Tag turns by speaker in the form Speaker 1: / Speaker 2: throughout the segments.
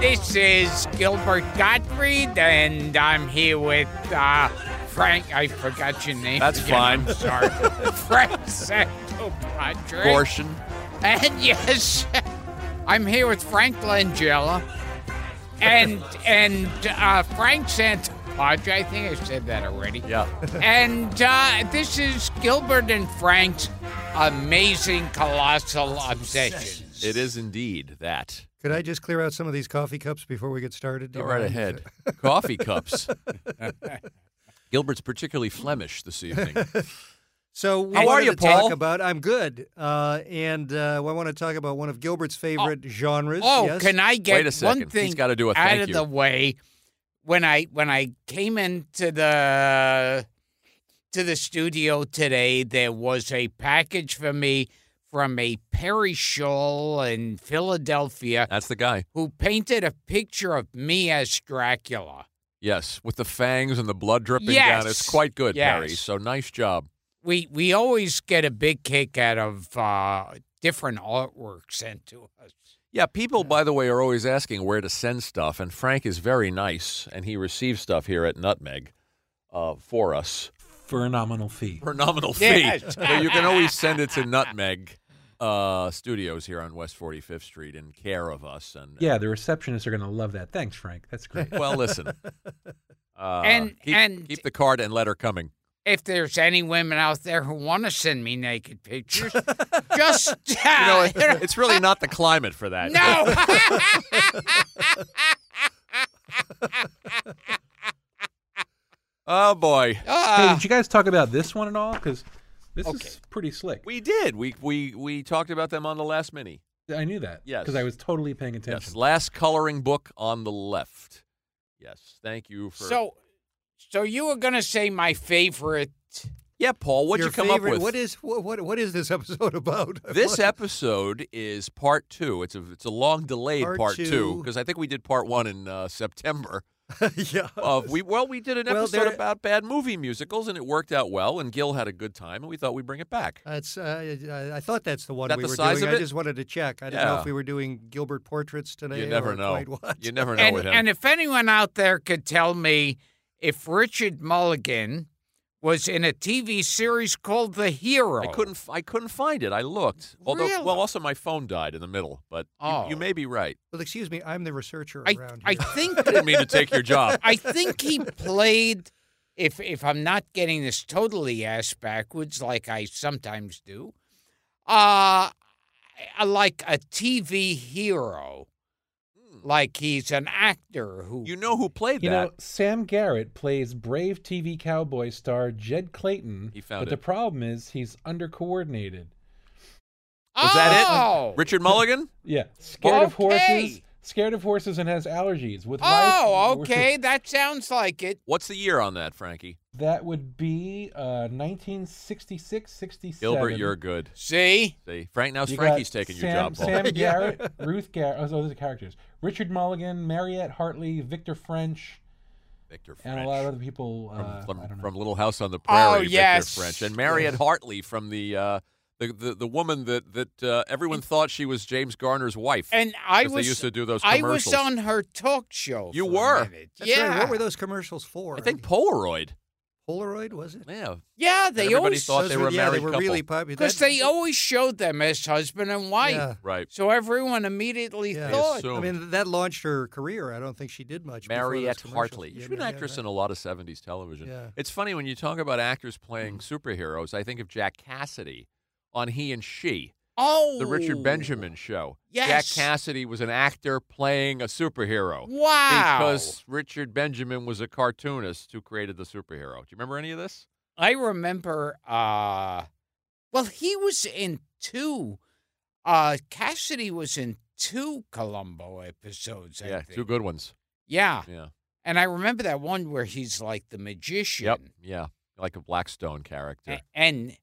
Speaker 1: This is Gilbert Gottfried, and I'm here with uh, Frank. I forgot your name.
Speaker 2: That's
Speaker 1: again,
Speaker 2: fine.
Speaker 1: I'm sorry. Frank Santopadre.
Speaker 2: Portion.
Speaker 1: And yes, I'm here with Frank Langella. And and uh, Frank Santopadre. I think I said that already.
Speaker 2: Yeah.
Speaker 1: And uh, this is Gilbert and Frank's amazing colossal obsession.
Speaker 2: It is indeed that.
Speaker 3: Could I just clear out some of these coffee cups before we get started? Do
Speaker 2: Go
Speaker 3: you
Speaker 2: right
Speaker 3: mind?
Speaker 2: ahead. Coffee cups. Gilbert's particularly Flemish this evening.
Speaker 3: So, we
Speaker 2: How are
Speaker 3: wanted
Speaker 2: you,
Speaker 3: to talk
Speaker 2: Paul?
Speaker 3: about I'm good, uh, and uh, I want to talk about one of
Speaker 2: Oh.
Speaker 3: Gilbert's favorite genres.
Speaker 1: Oh,
Speaker 3: yes?
Speaker 1: can I get
Speaker 2: Wait a second.
Speaker 1: one
Speaker 2: He's
Speaker 1: thing
Speaker 2: gotta do a
Speaker 1: out
Speaker 2: thank
Speaker 1: of
Speaker 2: you.
Speaker 1: the way? When I when I came into the to the studio today, there was a package for me from a Perry Scholl in Philadelphia
Speaker 2: That's the guy.
Speaker 1: who painted a picture of me as Dracula.
Speaker 2: Yes, with the fangs and the blood dripping down. It's
Speaker 1: Yes.
Speaker 2: quite good, Perry.
Speaker 1: Yes.
Speaker 2: So nice job.
Speaker 1: We we always get a big kick out of uh, different artwork sent to us.
Speaker 2: Yeah, people, by the way, are always asking where to send stuff, and Frank is very nice, and he receives stuff here at Nutmeg uh, for us
Speaker 4: for a nominal fee.
Speaker 2: for a nominal fee.
Speaker 1: Yes.
Speaker 2: So you can always send it to Nutmeg uh, Studios here on West 45th Street in care of us. And
Speaker 4: Yeah, the receptionists are going to love that. Thanks, Frank. That's great.
Speaker 2: well, listen, uh,
Speaker 1: And-
Speaker 2: keep,
Speaker 1: and-
Speaker 2: keep the card and letter coming.
Speaker 1: If there's any women out there who want to send me naked pictures, just
Speaker 2: You know, it-
Speaker 1: you know,
Speaker 2: it's really not the climate for that.
Speaker 1: Ah, No.
Speaker 2: Oh boy.
Speaker 4: hey,
Speaker 1: Ah,
Speaker 4: did you guys talk about this one at all? Because this
Speaker 1: Okay.
Speaker 4: is pretty slick.
Speaker 2: We did. We we we talked about them on the last mini.
Speaker 4: I knew that.
Speaker 2: Yes.
Speaker 4: Because I was totally paying
Speaker 2: Yes.
Speaker 4: attention.
Speaker 2: Last coloring book on the left. Yes. Thank you for
Speaker 1: so, so you were gonna say my favorite?
Speaker 2: Yeah, Paul, what'd
Speaker 3: Your
Speaker 2: you come
Speaker 3: favorite,
Speaker 2: up with?
Speaker 3: What is what, what what is this episode about?
Speaker 2: this
Speaker 3: What-
Speaker 2: episode is part two. It's a it's a long delayed
Speaker 3: Part
Speaker 2: part two
Speaker 3: two.
Speaker 2: because I think we did part one in uh, September.
Speaker 3: yeah.
Speaker 2: Of we well we did an
Speaker 3: Well,
Speaker 2: episode
Speaker 3: there-
Speaker 2: about bad movie musicals and it worked out well and Gil had a good time and we thought we'd bring it back.
Speaker 3: That's, uh, I- I thought that's the one
Speaker 2: That
Speaker 3: we
Speaker 2: the
Speaker 3: were
Speaker 2: size
Speaker 3: doing.
Speaker 2: of
Speaker 3: I
Speaker 2: it?
Speaker 3: just wanted to check. I don't know
Speaker 2: Yeah.
Speaker 3: if we were doing Gilbert portraits today.
Speaker 2: you never
Speaker 3: or
Speaker 2: know.
Speaker 3: Quite what.
Speaker 2: You never know
Speaker 1: And,
Speaker 2: with him.
Speaker 1: and if anyone out there could tell me if Richard Mulligan was in a TV series called The Hero,
Speaker 2: I couldn't. f- I couldn't find it. I looked. Although,
Speaker 1: Really?
Speaker 2: well, also my phone died in the middle. But you- you,
Speaker 1: Oh.
Speaker 2: may be right.
Speaker 3: Well, excuse me. I'm the researcher
Speaker 1: I,
Speaker 3: around
Speaker 1: I
Speaker 3: here.
Speaker 1: think
Speaker 2: I didn't mean to take your job.
Speaker 1: I think he played. If if I'm not getting this totally ass backwards, like I sometimes do, uh, I- like a TV hero, like he's an actor who
Speaker 2: Hmm. You know who played
Speaker 4: You
Speaker 2: that?
Speaker 4: know, Sam Garrett plays brave TV cowboy star Jed Clayton.
Speaker 2: He found
Speaker 4: but
Speaker 2: it.
Speaker 4: the problem is he's undercoordinated.
Speaker 2: Was that
Speaker 1: Oh!
Speaker 2: it? Richard Mulligan.
Speaker 4: Yeah, scared of
Speaker 1: Okay.
Speaker 4: horses, scared of horses, and has allergies. With
Speaker 1: Oh,
Speaker 4: life-
Speaker 1: okay, that sounds like it.
Speaker 2: What's the year on that, Frankie?
Speaker 4: That would be uh, 1966, 67.
Speaker 2: Gilbert, you're good.
Speaker 1: See,
Speaker 2: See, Frank. Now
Speaker 4: You
Speaker 2: Frankie's
Speaker 4: got
Speaker 2: taking
Speaker 4: Sam,
Speaker 2: your job. Paul.
Speaker 4: Sam
Speaker 3: Yeah.
Speaker 4: Garrett, Ruth Garrett. Oh, those are the characters. Richard Mulligan, Mariette Hartley, Victor French,
Speaker 2: Victor French.
Speaker 4: and a lot of other people.
Speaker 2: from,
Speaker 4: Uh,
Speaker 2: from,
Speaker 4: I don't know.
Speaker 2: from Little House on the
Speaker 1: Oh,
Speaker 2: Prairie,
Speaker 1: yes.
Speaker 2: Victor French, and Mariette Hartley from the, uh, the the the woman that that uh, everyone thought she was James Garner's wife.
Speaker 1: and I
Speaker 2: 'Cause they
Speaker 1: was
Speaker 2: used to do those
Speaker 1: I was
Speaker 2: commercials.
Speaker 1: on her talk show.
Speaker 2: You
Speaker 1: for a
Speaker 2: were.
Speaker 1: minute.
Speaker 3: That's right.
Speaker 1: yeah,
Speaker 3: What were those commercials for?
Speaker 2: I think Polaroid.
Speaker 3: Polaroid was it?
Speaker 2: Yeah,
Speaker 1: yeah. They
Speaker 2: Everybody
Speaker 1: always
Speaker 2: thought
Speaker 3: Those
Speaker 2: they
Speaker 3: were,
Speaker 2: were a
Speaker 3: yeah,
Speaker 2: married
Speaker 3: they were
Speaker 2: couple. oh
Speaker 3: really popular.
Speaker 1: because
Speaker 3: That-
Speaker 1: they always showed them as husband and wife,
Speaker 3: Yeah.
Speaker 2: right.
Speaker 1: so everyone immediately
Speaker 3: Yeah.
Speaker 1: thought.
Speaker 2: So-
Speaker 3: I mean, that launched her career. I don't think she did much. before those
Speaker 2: Mariette
Speaker 3: commercials.
Speaker 2: Hartley.
Speaker 3: Yeah,
Speaker 2: She's been an
Speaker 3: yeah,
Speaker 2: actress
Speaker 3: right.
Speaker 2: in a lot of 70s television.
Speaker 3: Yeah.
Speaker 2: It's funny when you talk about actors playing superheroes, I think of Jack Cassidy on He and She,
Speaker 1: Oh,
Speaker 2: the Richard Benjamin show.
Speaker 1: Yes.
Speaker 2: Jack Cassidy was an actor playing a superhero.
Speaker 1: Wow.
Speaker 2: Because Richard Benjamin was a cartoonist who created the superhero. Do you remember any of this?
Speaker 1: I remember. uh Well, he was in two. uh Cassidy was in two Columbo episodes. I
Speaker 2: yeah,
Speaker 1: think.
Speaker 2: two good ones.
Speaker 1: Yeah,
Speaker 2: Yeah.
Speaker 1: and I remember that one where he's like the magician.
Speaker 2: Yep. Yeah. Like a Blackstone
Speaker 1: A-
Speaker 2: character.
Speaker 1: And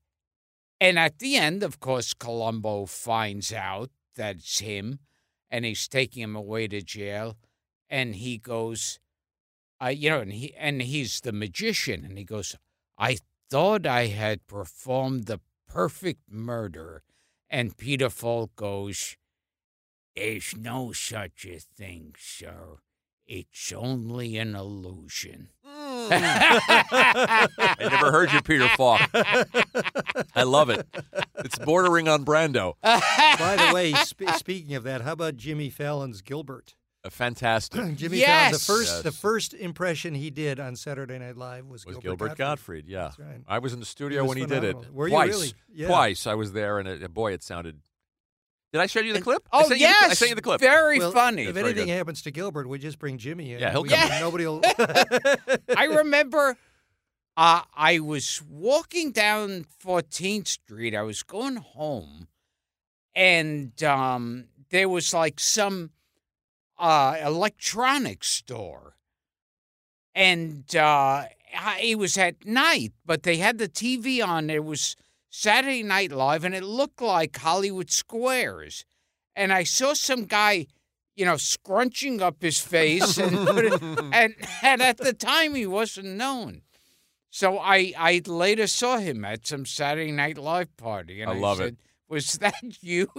Speaker 1: and at the end, of course, Columbo finds out that it's him, and he's taking him away to jail, and he goes, uh, you know, and he and he's the magician, and he goes, I thought I had performed the perfect murder, and Peter Falk goes, There's no such a thing, sir. It's only an illusion.
Speaker 2: I never heard you, Peter Falk. I love it. It's bordering on Brando.
Speaker 3: By the way, sp- speaking of that, how about Jimmy Fallon's Gilbert?
Speaker 2: Uh, Fantastic.
Speaker 3: Jimmy Fallon, the
Speaker 1: Yes!
Speaker 3: first the
Speaker 2: Yes.
Speaker 3: first impression he did on Saturday Night Live was,
Speaker 2: Was Gilbert Gottfried? Yeah,
Speaker 3: That's right.
Speaker 2: I was in the studio
Speaker 3: was
Speaker 2: when he did it.
Speaker 3: phenomenal. Were you
Speaker 2: Twice.
Speaker 3: really? Yeah.
Speaker 2: Twice I was there, and it, boy, it sounded. Did I show you the
Speaker 1: And-
Speaker 2: clip? I
Speaker 1: Oh
Speaker 2: sent you the cl-
Speaker 1: yes,
Speaker 2: I sent you the clip.
Speaker 1: Very
Speaker 3: Well,
Speaker 1: funny.
Speaker 3: If
Speaker 2: very
Speaker 3: anything
Speaker 2: good.
Speaker 3: happens to Gilbert, we just bring Jimmy in.
Speaker 2: Yeah, he'll
Speaker 3: We-
Speaker 2: come
Speaker 1: in.
Speaker 3: Nobody'll.
Speaker 1: I remember uh, I was walking down 14th Street. I was going home, and um, there was like some uh, electronics store. And uh, I- it was at night, but they had the TV on. It was Saturday Night Live, and it looked like Hollywood Squares. And I saw some guy, you know, scrunching up his face and putting and and at the time he wasn't known. So I I later saw him at some Saturday Night Live party, and
Speaker 2: I
Speaker 1: I,
Speaker 2: love it.
Speaker 1: said, "Was that you?"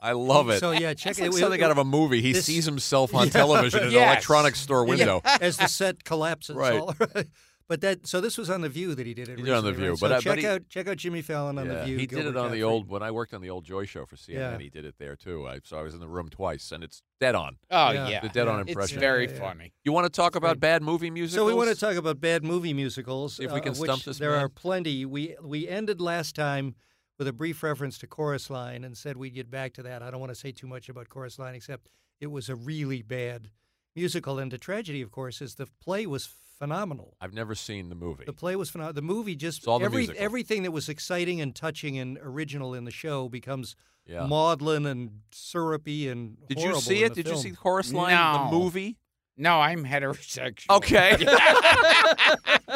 Speaker 2: I love it.
Speaker 3: So yeah, check
Speaker 2: That's
Speaker 3: it.
Speaker 2: like
Speaker 3: We-
Speaker 2: something out of a movie. He
Speaker 3: this-
Speaker 2: sees himself on television in an
Speaker 1: Yes.
Speaker 2: electronics store
Speaker 3: Yeah.
Speaker 2: window.
Speaker 3: as the set collapses.
Speaker 2: Right.
Speaker 3: all right. But that so this was on the View that he did it.
Speaker 2: He did it on The
Speaker 3: recently, right?
Speaker 2: View,
Speaker 3: So
Speaker 2: but I- but
Speaker 3: check
Speaker 2: he-
Speaker 3: out check out Jimmy Fallon on the View.
Speaker 2: he did it
Speaker 3: Gilbert
Speaker 2: on the
Speaker 3: Gottfried.
Speaker 2: old when I worked on the old Joy Show for CNN.
Speaker 3: Yeah.
Speaker 2: He did it there too. I, so I was in the room twice, and it's dead on.
Speaker 1: Oh
Speaker 3: Yeah.
Speaker 1: yeah,
Speaker 2: The dead on
Speaker 3: It's uh,
Speaker 1: it's
Speaker 2: impression.
Speaker 1: very
Speaker 3: Yeah, yeah, yeah.
Speaker 1: funny.
Speaker 2: You want to talk about bad movie music?
Speaker 3: So we want to talk about bad movie musicals.
Speaker 2: See if we
Speaker 3: uh,
Speaker 2: can
Speaker 3: of
Speaker 2: stump
Speaker 3: which
Speaker 2: this
Speaker 3: There
Speaker 2: man.
Speaker 3: are plenty. We we ended last time with a brief reference to Chorus Line and said we'd get back to that. I don't want to say too much about Chorus Line, except it was a really bad musical. And the tragedy, of course, is the play was phenomenal.
Speaker 2: I've never seen the movie.
Speaker 3: The play was phenomenal. The movie just
Speaker 2: It's all the
Speaker 3: every
Speaker 2: musical.
Speaker 3: everything that was exciting and touching and original in the show becomes
Speaker 2: Yeah.
Speaker 3: maudlin and syrupy and.
Speaker 2: Did you
Speaker 3: horrible
Speaker 2: see
Speaker 3: in
Speaker 2: it?
Speaker 3: the
Speaker 2: Did you see
Speaker 3: film.
Speaker 2: Chorus Line,
Speaker 1: No.
Speaker 2: the movie?
Speaker 1: No, I'm heterosexual.
Speaker 2: Okay.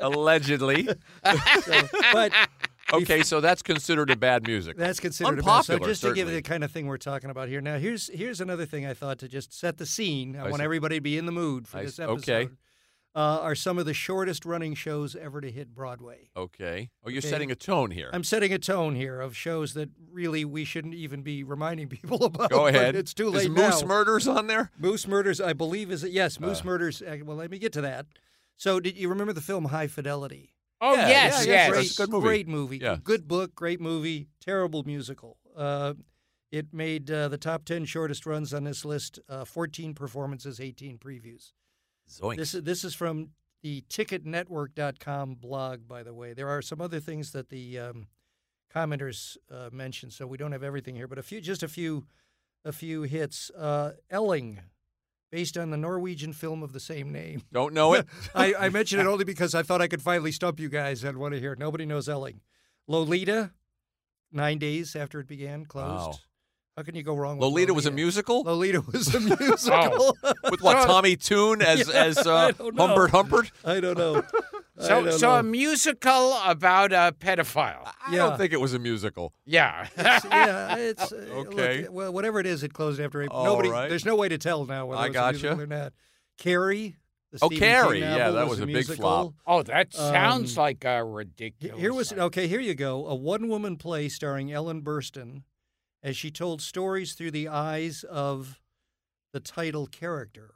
Speaker 2: Allegedly.
Speaker 3: but
Speaker 2: Okay, so that's considered a bad music.
Speaker 3: That's considered
Speaker 2: unpopular.
Speaker 3: A mess. So just to give
Speaker 2: certainly.
Speaker 3: you the kind of thing we're talking about here. Now, here's here's another thing I thought to just set the scene. I,
Speaker 2: I
Speaker 3: want
Speaker 2: see.
Speaker 3: everybody to be in the mood for
Speaker 2: I
Speaker 3: this
Speaker 2: see. Okay.
Speaker 3: episode. Uh, are some of the shortest running shows ever to hit Broadway.
Speaker 2: okay. Oh, you're
Speaker 3: Okay.
Speaker 2: setting a tone here.
Speaker 3: I'm setting a tone here of shows that really we shouldn't even be reminding people about.
Speaker 2: Go
Speaker 3: but
Speaker 2: ahead.
Speaker 3: It's too
Speaker 2: Is
Speaker 3: late
Speaker 2: Moose
Speaker 3: now.
Speaker 2: Murders on there?
Speaker 3: Moose Murders, I believe, is it? Yes, Moose Murders. uh, Well, let me get to that. So, did you remember the film High Fidelity?
Speaker 1: Oh yes,
Speaker 2: Yeah, yeah,
Speaker 1: yes.
Speaker 2: yeah,
Speaker 3: great,
Speaker 2: It's a good movie.
Speaker 3: great movie,
Speaker 2: Yeah.
Speaker 3: good book, great movie, terrible musical. Uh, it made uh, the top ten shortest runs on this list: uh, fourteen performances, eighteen previews.
Speaker 2: Zoinks.
Speaker 3: This is this is from the TicketNetwork.com blog, by the way. There are some other things that the um, commenters uh, mentioned, so we don't have everything here, but a few, just a few, a few hits. Uh, Elling, based on the Norwegian film of the same name.
Speaker 2: Don't know it.
Speaker 3: I, I mention it only because I thought I could finally stump you guys and want to hear. it. Nobody knows Elling. Lolita, nine days after it began, closed.
Speaker 2: Wow.
Speaker 3: How can you go wrong with
Speaker 2: Lolita was a
Speaker 3: musical?
Speaker 2: musical Oh.
Speaker 3: Lolita was a musical.
Speaker 2: with what Tommy Toon as as uh,
Speaker 3: I don't know.
Speaker 2: Humbert Humpert.
Speaker 3: I don't know. I
Speaker 1: So
Speaker 3: don't
Speaker 1: so
Speaker 3: know.
Speaker 1: a musical about a pedophile.
Speaker 2: I
Speaker 3: Yeah.
Speaker 2: don't think it was a musical.
Speaker 1: Yeah.
Speaker 3: It's- yeah, it's uh,
Speaker 2: Okay.
Speaker 3: Look, well, whatever it is, it closed after April.
Speaker 2: All
Speaker 3: Nobody,
Speaker 2: right.
Speaker 3: there's no way to tell now whether
Speaker 2: I
Speaker 3: it's
Speaker 2: gotcha.
Speaker 3: a musical or not. Carrie, the
Speaker 2: Oh,
Speaker 3: Stephen King
Speaker 2: Carrie. Yeah,
Speaker 3: novel
Speaker 2: that was
Speaker 3: was
Speaker 2: a big
Speaker 3: musical.
Speaker 2: flop.
Speaker 1: oh, that sounds
Speaker 3: Um,
Speaker 1: like a
Speaker 3: He-
Speaker 1: ridiculous.
Speaker 3: Here was
Speaker 1: idea.
Speaker 3: okay. Here you go. A one-woman play starring Ellen Burstyn, as she told stories through the eyes of the title character.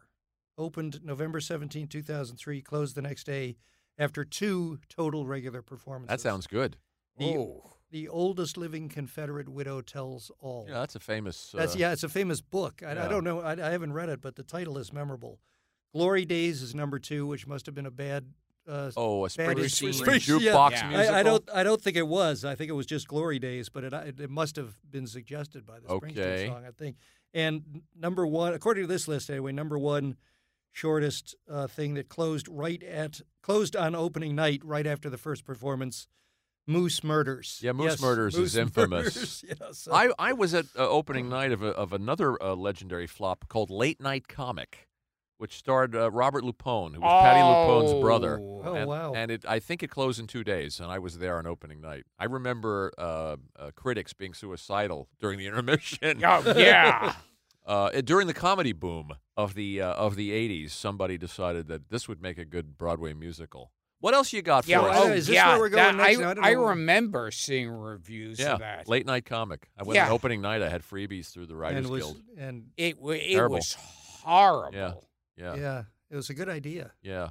Speaker 3: Opened November 17, 2003. Closed the next day after two total regular performances.
Speaker 2: That sounds good.
Speaker 3: the-
Speaker 1: Ooh.
Speaker 3: The oldest living Confederate widow tells all.
Speaker 2: Yeah, that's a famous. Uh,
Speaker 3: That's yeah. It's a famous book. I,
Speaker 2: yeah.
Speaker 3: I don't know. I, I haven't read it, but the title is memorable. Glory Days is number two, which must have been a bad. Uh,
Speaker 2: Oh, a
Speaker 3: Bad
Speaker 2: Springsteen
Speaker 3: Spring-
Speaker 2: jukebox
Speaker 3: yeah.
Speaker 1: Yeah.
Speaker 2: musical.
Speaker 3: I, I don't. I don't think it was. I think it was just Glory Days, but it it, it must have been suggested by the
Speaker 2: Okay.
Speaker 3: Springsteen song, I think. And n- number one, according to this list anyway, number one shortest uh, thing that closed right at closed on opening night, right after the first performance, Moose Murders.
Speaker 2: Yeah, Moose
Speaker 3: Yes,
Speaker 2: Murders is
Speaker 3: Moose
Speaker 2: infamous.
Speaker 3: Murders, Yes.
Speaker 2: I, I was at uh, opening night of, a, of another uh, legendary flop called Late Night Comic, which starred uh, Robert Lupone, who was Patty Lupone's brother.
Speaker 1: Oh.
Speaker 3: Oh,
Speaker 2: and,
Speaker 3: wow.
Speaker 2: And it, I think it closed in two days, and I was there on opening night. I remember uh, uh, critics being suicidal during the intermission.
Speaker 1: Oh, yeah.
Speaker 2: Uh, it- during the comedy boom of the uh, of the '80s, somebody decided that this would make a good Broadway musical. What else you got for
Speaker 1: Yeah,
Speaker 2: us?
Speaker 3: well,
Speaker 1: oh,
Speaker 3: is this
Speaker 1: yeah.
Speaker 3: where we're going
Speaker 1: that-
Speaker 3: next?
Speaker 1: I,
Speaker 3: I don't
Speaker 1: I
Speaker 3: know.
Speaker 1: remember seeing reviews
Speaker 2: yeah,
Speaker 1: of that.
Speaker 2: Oh, late night comic. I went
Speaker 1: Yeah.
Speaker 2: on opening night. I had freebies through the Writers
Speaker 3: and was
Speaker 2: Guild.
Speaker 3: and
Speaker 1: It wa- it
Speaker 2: Terrible.
Speaker 1: was horrible.
Speaker 2: Yeah,
Speaker 3: yeah.
Speaker 2: yeah.
Speaker 3: it was a good idea.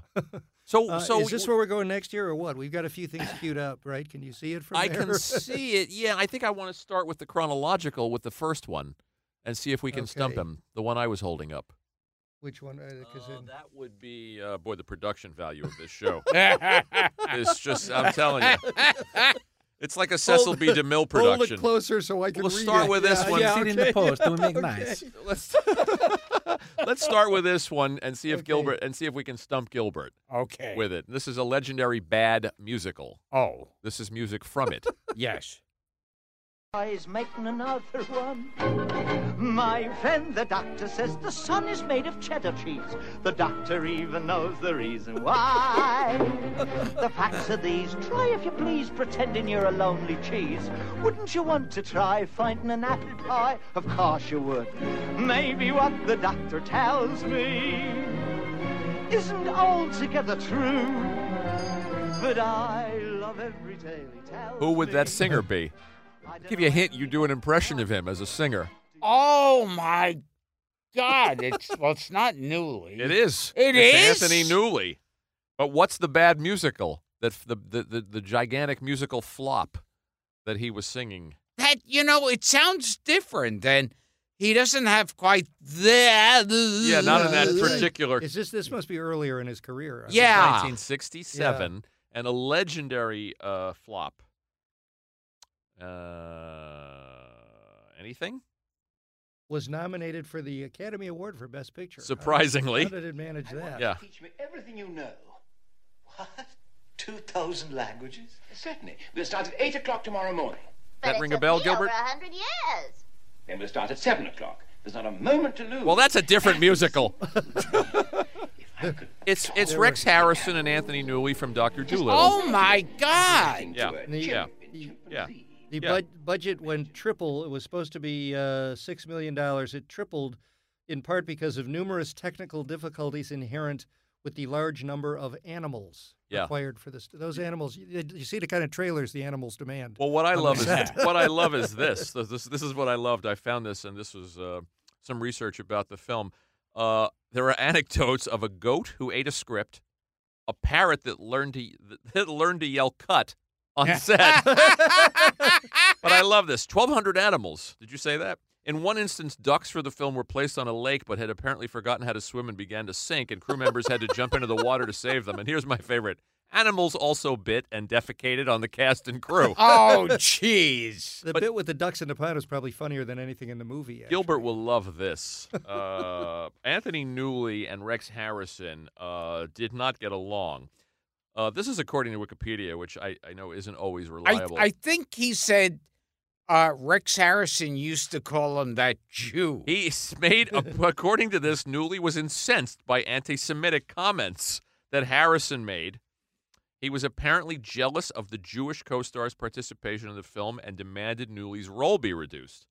Speaker 2: So,
Speaker 3: Uh,
Speaker 2: so
Speaker 3: is this where we're going next year or what? We've got a few things queued up, right? Can you see it from
Speaker 2: I
Speaker 3: there?
Speaker 2: can see it. Yeah, I think I want to start with the chronological with the first one, and see if we can stump
Speaker 3: Okay.
Speaker 2: him. The one I was holding up.
Speaker 3: Which one? Uh, 'cause
Speaker 2: Uh,
Speaker 3: in-
Speaker 2: that would be uh, boy the production value of this show.
Speaker 1: Yeah.
Speaker 2: it's just I'm telling you, it's like a Cecil B. DeMille
Speaker 3: Hold it
Speaker 2: production.
Speaker 3: closer so I can
Speaker 2: We'll
Speaker 3: read
Speaker 2: start
Speaker 3: it.
Speaker 2: with this
Speaker 3: Yeah,
Speaker 2: one.
Speaker 3: yeah,
Speaker 4: See it in the
Speaker 3: okay.
Speaker 4: post. Doing make
Speaker 3: Okay.
Speaker 4: nice.
Speaker 2: Let's let's start with this one and see if
Speaker 3: Okay.
Speaker 2: Gilbert and see if we can stump Gilbert
Speaker 1: okay.
Speaker 2: with it. This is a legendary bad musical.
Speaker 1: oh
Speaker 2: This is music from it.
Speaker 1: yes.
Speaker 5: Is making another one. My friend, the doctor says the sun is made of cheddar cheese. The doctor even knows the reason why. the facts are these. Try, if you please, pretending you're a lonely cheese. Wouldn't you want to try finding an apple pie? Of course you would. Maybe what the doctor tells me isn't altogether true. But I love every tale he tells.
Speaker 2: Who would that
Speaker 5: me.
Speaker 2: singer be?
Speaker 5: I don't
Speaker 2: give you a
Speaker 5: know
Speaker 2: hint.
Speaker 5: if
Speaker 2: You do an impression of him as a singer.
Speaker 1: Oh my God! It's well, it's not Newly.
Speaker 2: It is.
Speaker 1: It is?
Speaker 2: it's Anthony Newley. But what's the bad musical? That f- the, the the the gigantic musical flop that he was singing.
Speaker 1: that you know. It sounds different, and he doesn't have quite the
Speaker 2: Yeah, not in that
Speaker 3: Yeah, that's right.
Speaker 2: particular.
Speaker 3: Is this this must be earlier in his career? I would
Speaker 1: Yeah.
Speaker 3: think.
Speaker 2: 1967 and a legendary uh, flop. Uh, anything?
Speaker 3: Was nominated for the Academy Award for Best Picture. How-
Speaker 2: Surprisingly.
Speaker 3: How did it manage that?
Speaker 2: Yeah.
Speaker 5: Teach me everything you know. What? 2,000 languages?
Speaker 6: Certainly. We'll start at 8 o'clock tomorrow morning.
Speaker 2: That
Speaker 7: it
Speaker 2: ring a
Speaker 7: took
Speaker 2: bell,
Speaker 7: me
Speaker 2: Gilbert?
Speaker 7: Over 100 years.
Speaker 6: Then we'll start at 7 o'clock. There's not a moment to lose.
Speaker 2: Well, that's a different musical.
Speaker 6: I could
Speaker 2: It's it's Rex Harrison and Anthony Newley from Doctor Doolittle.
Speaker 1: Oh my God!
Speaker 2: Yeah.
Speaker 6: to it.
Speaker 3: The,
Speaker 2: Yeah.
Speaker 3: the-
Speaker 2: Yeah.
Speaker 3: the
Speaker 2: Yeah.
Speaker 3: bud- budget went triple. It was supposed to be uh, six million dollars. It tripled, in part because of numerous technical difficulties inherent with the large number of animals
Speaker 2: Yeah.
Speaker 3: required for this. Those animals, you, you see the kind of trailers the animals demand.
Speaker 2: Well, what I love is what I love is this. This this, this is what I loved. I found this, and this was uh, some research about the film. Uh, there are anecdotes of a goat who ate a script, a parrot that learned to that learned to yell "cut" on set. but I love this. Twelve hundred animals. Did you say that? In one instance, ducks for the film were placed on a lake, but had apparently forgotten how to swim and began to sink, and crew members had to jump into the water to save them. And here's my favorite: animals also bit and defecated on the cast and crew.
Speaker 1: Oh jeez!
Speaker 3: the bit with the ducks in the pond is probably funnier than anything in the movie. actually.
Speaker 2: Gilbert will love this. Uh, Anthony Newley and Rex Harrison uh, did not get along. Uh, this is according to Wikipedia, which I, I know isn't always
Speaker 1: I
Speaker 2: reliable.
Speaker 1: I think he said uh, Rex Harrison used to call him that Jew.
Speaker 2: he s- made, according to this, Newley was incensed by anti Semitic comments that Harrison made. He was apparently jealous of the Jewish co star's participation in the film and demanded Newley's role be reduced.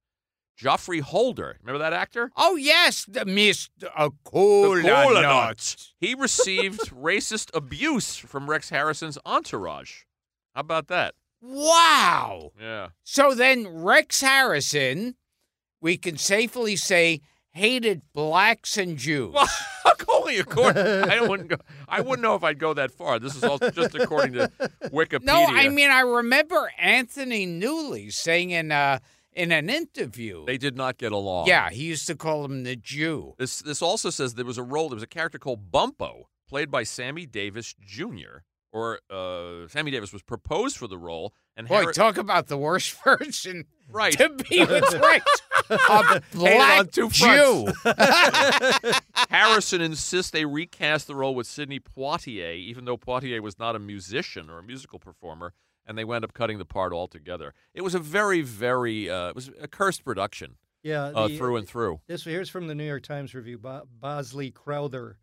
Speaker 2: Joffrey Holder, remember that actor?
Speaker 1: oh yes, the Mister
Speaker 2: The Cola
Speaker 1: Cola
Speaker 2: Nuts.
Speaker 1: Nuts.
Speaker 2: He received racist abuse from Rex Harrison's entourage. How about that?
Speaker 1: Wow.
Speaker 2: Yeah.
Speaker 1: So then Rex Harrison, we can safely say, hated blacks and Jews.
Speaker 2: Well, only according. I wouldn't go. I wouldn't know if I'd go that far. This is all just according to Wikipedia.
Speaker 1: no, I mean I remember Anthony Newley saying in uh in an interview.
Speaker 2: they did not get along.
Speaker 1: yeah, he used to call him the Jew.
Speaker 2: This this also says there was a role. There was a character called Bumpo, played by Sammy Davis Jr. Or uh, Sammy Davis was proposed for the role, and
Speaker 1: Boy,
Speaker 2: Harri-
Speaker 1: talk about the worst person
Speaker 2: right.
Speaker 1: to be with Rex. A
Speaker 2: on
Speaker 1: black
Speaker 2: two
Speaker 1: Jew.
Speaker 2: fronts. Harrison insists they recast the role with Sidney Poitier, even though Poitier was not a musician or a musical performer, and they wound up cutting the part altogether. It was a very, very, uh, it was a cursed production
Speaker 3: yeah,
Speaker 2: uh,
Speaker 3: the-
Speaker 2: through and through.
Speaker 3: This here's from the New York Times review. Bo- Bosley Crowther.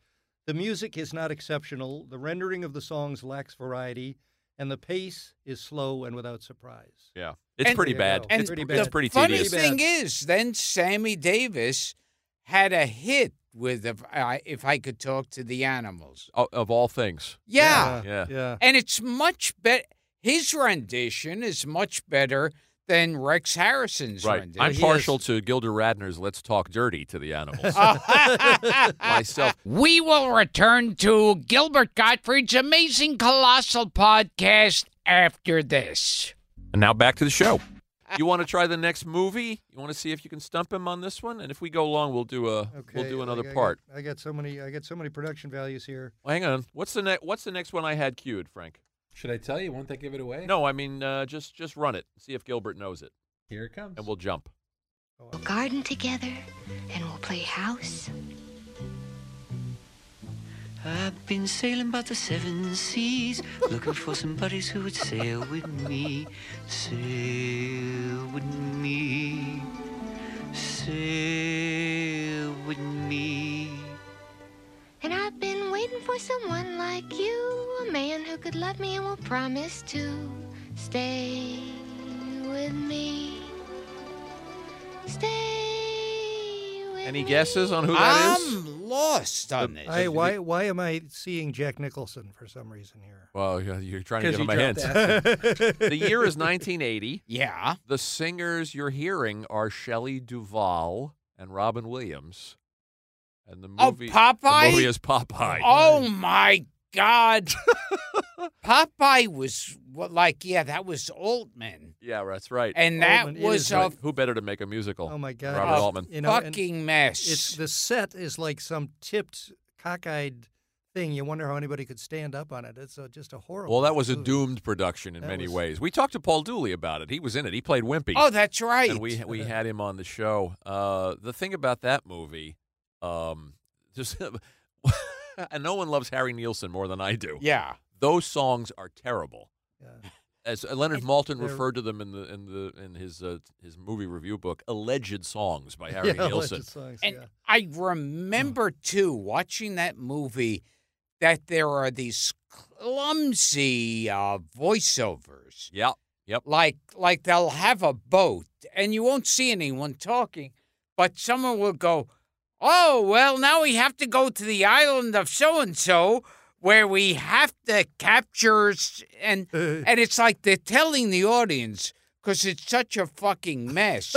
Speaker 3: The music is not exceptional. The rendering of the songs lacks variety, and the pace is slow and without surprise.
Speaker 2: Yeah, it's
Speaker 1: And-
Speaker 2: pretty
Speaker 3: There you
Speaker 2: bad.
Speaker 3: go.
Speaker 2: it's,
Speaker 3: Pretty
Speaker 2: it's
Speaker 3: bad.
Speaker 2: pretty
Speaker 1: Funny
Speaker 2: tedious.
Speaker 1: thing is, then Sammy Davis had a hit with if I, if I could talk to the animals.
Speaker 2: O- of all things.
Speaker 1: Yeah.
Speaker 2: Yeah.
Speaker 3: Yeah.
Speaker 1: And it's much better. His rendition is much better than Rex Harrison's
Speaker 2: Right.
Speaker 1: rendition.
Speaker 2: I'm
Speaker 3: He
Speaker 2: partial
Speaker 3: is-
Speaker 2: to Gilda Radner's Let's Talk Dirty to the Animals myself.
Speaker 1: We will return to Gilbert Gottfried's amazing colossal podcast after this.
Speaker 2: And now back to the show. You want to try the next movie? You want to see if you can stump him on this one? And if we go long, we'll do a we'll do
Speaker 3: I-
Speaker 2: another
Speaker 3: I got-
Speaker 2: part.
Speaker 3: I got so many. I got so many production values here.
Speaker 2: Well, hang on. What's the next What's the next one I had queued, Frank?
Speaker 4: Should I tell you? Won't that give it away?
Speaker 2: No, I mean uh, just just run it. See if Gilbert knows it,
Speaker 4: Here it comes.
Speaker 2: and we'll jump.
Speaker 7: We'll garden together and we'll play house.
Speaker 8: I've been sailing about the seven seas, looking for some buddies who would sail with me, sail with me, sail with me.
Speaker 7: And I've been waiting for someone like you, a man who could love me and will promise to stay with me. Stay with
Speaker 2: Any
Speaker 7: me.
Speaker 2: guesses on who that is?
Speaker 1: I'm lost on this.
Speaker 3: I, why why am I seeing Jack Nicholson for some reason here?
Speaker 2: Well, yeah, you're trying to
Speaker 4: Because
Speaker 2: give
Speaker 4: you
Speaker 2: him a
Speaker 4: dropped
Speaker 2: hint.
Speaker 4: acid.
Speaker 2: the year is 1980.
Speaker 1: yeah.
Speaker 2: The singers you're hearing are Shelley Duvall and Robin Williams. And the
Speaker 1: Oh,
Speaker 2: movie,
Speaker 1: Popeye?
Speaker 2: The movie is Popeye.
Speaker 1: Oh my God. Popeye was what, like, yeah, that was Altman.
Speaker 2: Yeah, that's right.
Speaker 1: And that
Speaker 3: Altman, it
Speaker 1: was
Speaker 3: is
Speaker 1: a
Speaker 3: right.
Speaker 2: Who better to make a musical?
Speaker 3: Oh my God!
Speaker 2: Robert
Speaker 3: it's-
Speaker 2: Altman.
Speaker 3: You know, and
Speaker 1: fucking mess.
Speaker 3: it's the set is like some tipped, cockeyed thing. You wonder how anybody could stand up on it. It's uh just a horrible.
Speaker 2: Well, that was a
Speaker 3: movie.
Speaker 2: doomed production in
Speaker 3: That
Speaker 2: many
Speaker 3: was-
Speaker 2: ways. We talked to Paul Dooley about it. He was in it. He played Wimpy.
Speaker 1: oh, that's right.
Speaker 2: and we we had him on the show. Uh, the thing about that movie, um, just and no one loves Harry Nielsen more than I do.
Speaker 1: yeah.
Speaker 2: Those songs are terrible.
Speaker 3: Yeah.
Speaker 2: As uh, Leonard Maltin
Speaker 3: they're-
Speaker 2: referred to them in the in the in his uh, his movie review book, alleged songs by Harry
Speaker 3: Yeah,
Speaker 2: Nielsen.
Speaker 3: Legend Songs,
Speaker 1: And
Speaker 3: yeah.
Speaker 1: I remember too watching that movie that there are these clumsy uh, voiceovers.
Speaker 2: Yeah, yep.
Speaker 1: Like like they'll have a boat and you won't see anyone talking, but someone will go, "Oh well, now we have to go to the island of so and so." Where we have to capture, s- and
Speaker 3: Uh-huh.
Speaker 1: and it's like they're telling the audience because it's such a fucking mess.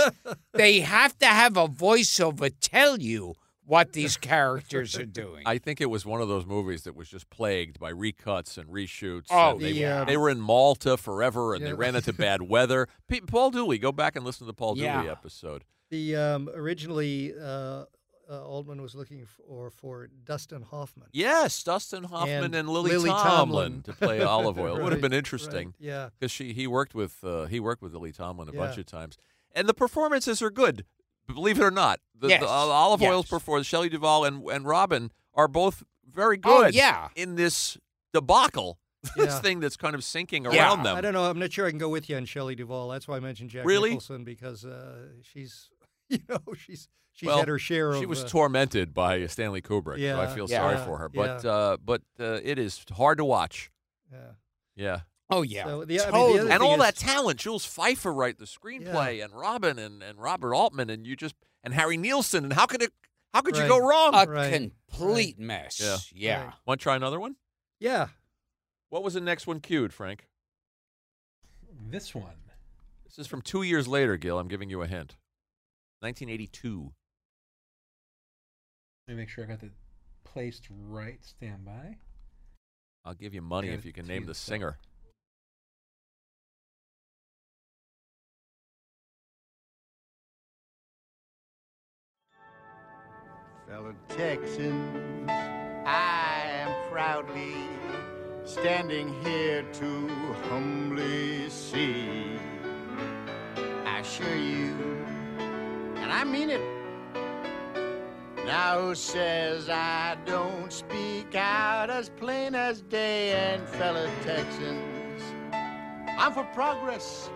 Speaker 1: they have to have a voiceover tell you what these characters are doing.
Speaker 2: I think it was one of those movies that was just plagued by recuts and reshoots.
Speaker 1: Oh,
Speaker 2: and they,
Speaker 3: yeah.
Speaker 2: they were in Malta forever, and they
Speaker 3: Yeah.
Speaker 2: ran into bad weather. Pe- Paul Dooley, go back and listen to the Paul Dooley
Speaker 1: Yeah.
Speaker 2: episode.
Speaker 3: The um, originally uh, uh, Altman was looking for for Dustin Hoffman.
Speaker 2: Yes, Dustin Hoffman and,
Speaker 3: And
Speaker 2: Lily,
Speaker 3: Lily
Speaker 2: Tomlin,
Speaker 3: Tomlin.
Speaker 2: to play Olive Oil. It would have
Speaker 3: Right,
Speaker 2: been interesting
Speaker 3: Right, yeah.
Speaker 2: because she he worked with uh, he worked with Lily Tomlin a bunch
Speaker 3: Yeah.
Speaker 2: of times, and the performances are good. Believe it or not, the,
Speaker 1: Yes,
Speaker 2: the Ol- Olive Oil's
Speaker 1: yes.
Speaker 2: performance, Shelley Duvall and and Robin are both very
Speaker 1: Oh,
Speaker 2: good.
Speaker 1: yeah.
Speaker 2: in this debacle, this
Speaker 3: Yeah.
Speaker 2: thing that's kind of sinking
Speaker 1: Yeah.
Speaker 2: around them.
Speaker 3: I don't know. I'm not sure I can go with you on Shelley Duvall. That's why I mentioned Jack
Speaker 2: Really?
Speaker 3: Nicholson because uh, she's, you know, she's she's
Speaker 2: Well,
Speaker 3: had her share of.
Speaker 2: She was
Speaker 3: uh,
Speaker 2: tormented by Stanley Kubrick, so I
Speaker 3: Yeah,
Speaker 2: feel
Speaker 1: yeah,
Speaker 2: sorry for her. But uh, but uh, it is hard to watch.
Speaker 3: yeah.
Speaker 2: Yeah,
Speaker 1: oh yeah,
Speaker 3: So the- I mean, the
Speaker 1: totally.
Speaker 3: other
Speaker 2: and
Speaker 3: thing
Speaker 2: all
Speaker 3: is-
Speaker 2: that talent, Jules Pfeiffer write the screenplay, and Robin and, and Robert Altman, and you just and Harry Nielsen, and how could it? How could you go
Speaker 3: Right. Uh,
Speaker 2: wrong?
Speaker 1: a
Speaker 3: Right,
Speaker 1: complete mess.
Speaker 2: Yeah.
Speaker 1: Yeah,
Speaker 3: Right.
Speaker 2: Want to try another one?
Speaker 3: Yeah.
Speaker 2: What was the next one cued, Frank?
Speaker 4: This one.
Speaker 2: This is from two years later, Gil. I'm giving you a hint. 1982.
Speaker 4: Let me make sure I got the placed right. Stand by.
Speaker 2: I'll give you money
Speaker 4: Gotta
Speaker 2: if you can
Speaker 4: tee
Speaker 2: name the
Speaker 4: this up.
Speaker 2: singer.
Speaker 9: Fellow Texans, I am proudly standing here to humbly see. I assure you, and I mean it. Now who says I don't speak out as plain as day? And fellow Texans, I'm for progress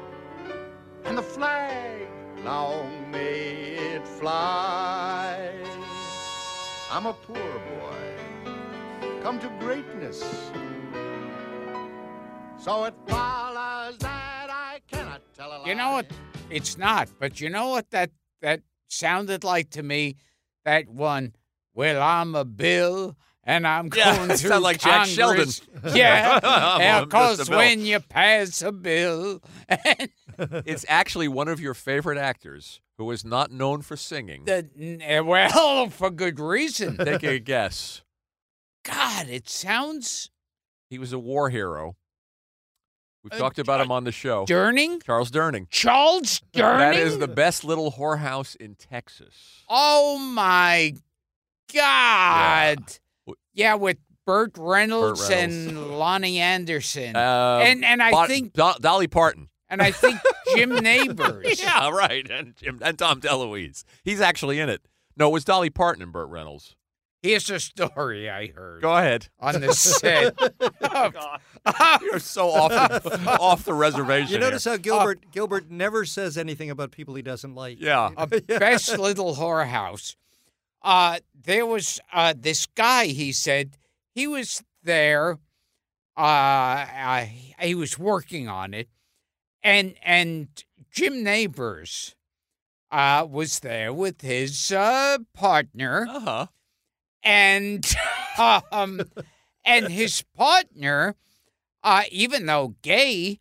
Speaker 9: and the flag, long may it fly. I'm a poor boy, come to greatness. So it follows that I cannot tell a lie.
Speaker 1: You know what? It's not. But you know what that that sounded like to me? That one Well, I'm a bill, and I'm
Speaker 2: Yeah,
Speaker 1: going
Speaker 2: it
Speaker 1: through
Speaker 2: sound like Jack Sheldon.
Speaker 1: Congress. Yeah,
Speaker 2: I'm
Speaker 1: and
Speaker 2: a-
Speaker 1: of course,
Speaker 2: Mr. Bill.
Speaker 1: when you pass a bill, and
Speaker 2: It's actually one of your favorite actors who is not known for singing.
Speaker 1: the, eh, well, for good reason.
Speaker 2: Take a guess.
Speaker 1: God, it sounds
Speaker 2: He was a war hero. We've talked about him on the show.
Speaker 1: Durning.
Speaker 2: Charles Durning.
Speaker 1: Charles Durning.
Speaker 2: That is the best little whorehouse in Texas.
Speaker 1: Oh my God! Yeah,
Speaker 2: W-
Speaker 1: with Burt Reynolds,
Speaker 2: Reynolds.
Speaker 1: and Lonnie Anderson,
Speaker 2: Uh,
Speaker 1: Oh, and and I
Speaker 2: Bo-
Speaker 1: think
Speaker 2: Do- Dolly Parton.
Speaker 1: and I think Jim Neighbors.
Speaker 2: Yeah, right. And Jim, and Tom DeLuise. He's actually in it. No, it was Dolly Parton and Burt Reynolds.
Speaker 1: Here's a story I heard
Speaker 2: Go ahead.
Speaker 1: on the set.
Speaker 2: You're so off the, off the reservation.
Speaker 3: You
Speaker 2: here.
Speaker 3: notice how Gilbert Gilbert never says anything about people he doesn't like.
Speaker 2: Yeah.
Speaker 1: a best little whorehouse. Uh, there was uh, this guy. He said he was there. Uh, uh, he was working on it, and and Jim Neighbors uh, was there with his uh, partner,
Speaker 2: Uh huh.
Speaker 1: and um, and his partner, uh, even though gay,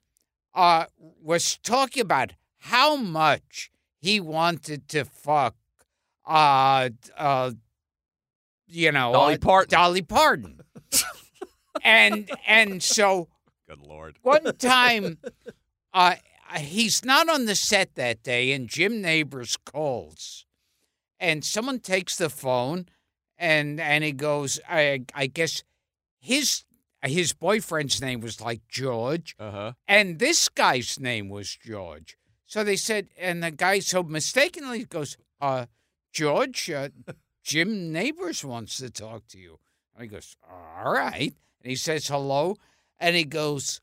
Speaker 1: uh, was talking about how much he wanted to fuck, uh, uh, you know,
Speaker 2: Dolly
Speaker 1: uh,
Speaker 2: Parton.
Speaker 1: Dolly Parton, and and so
Speaker 2: Good lord.
Speaker 1: one time, uh, he's not on the set that day, and Jim Neighbors calls, and someone takes the phone, and and he goes, I I guess his his boyfriend's name was like George,
Speaker 2: Uh huh.
Speaker 1: and this guy's name was George. So they said, and the guy so mistakenly goes, uh, George, uh, Jim Neighbors wants to talk to you. And he goes, all right. And he says, hello. And he goes,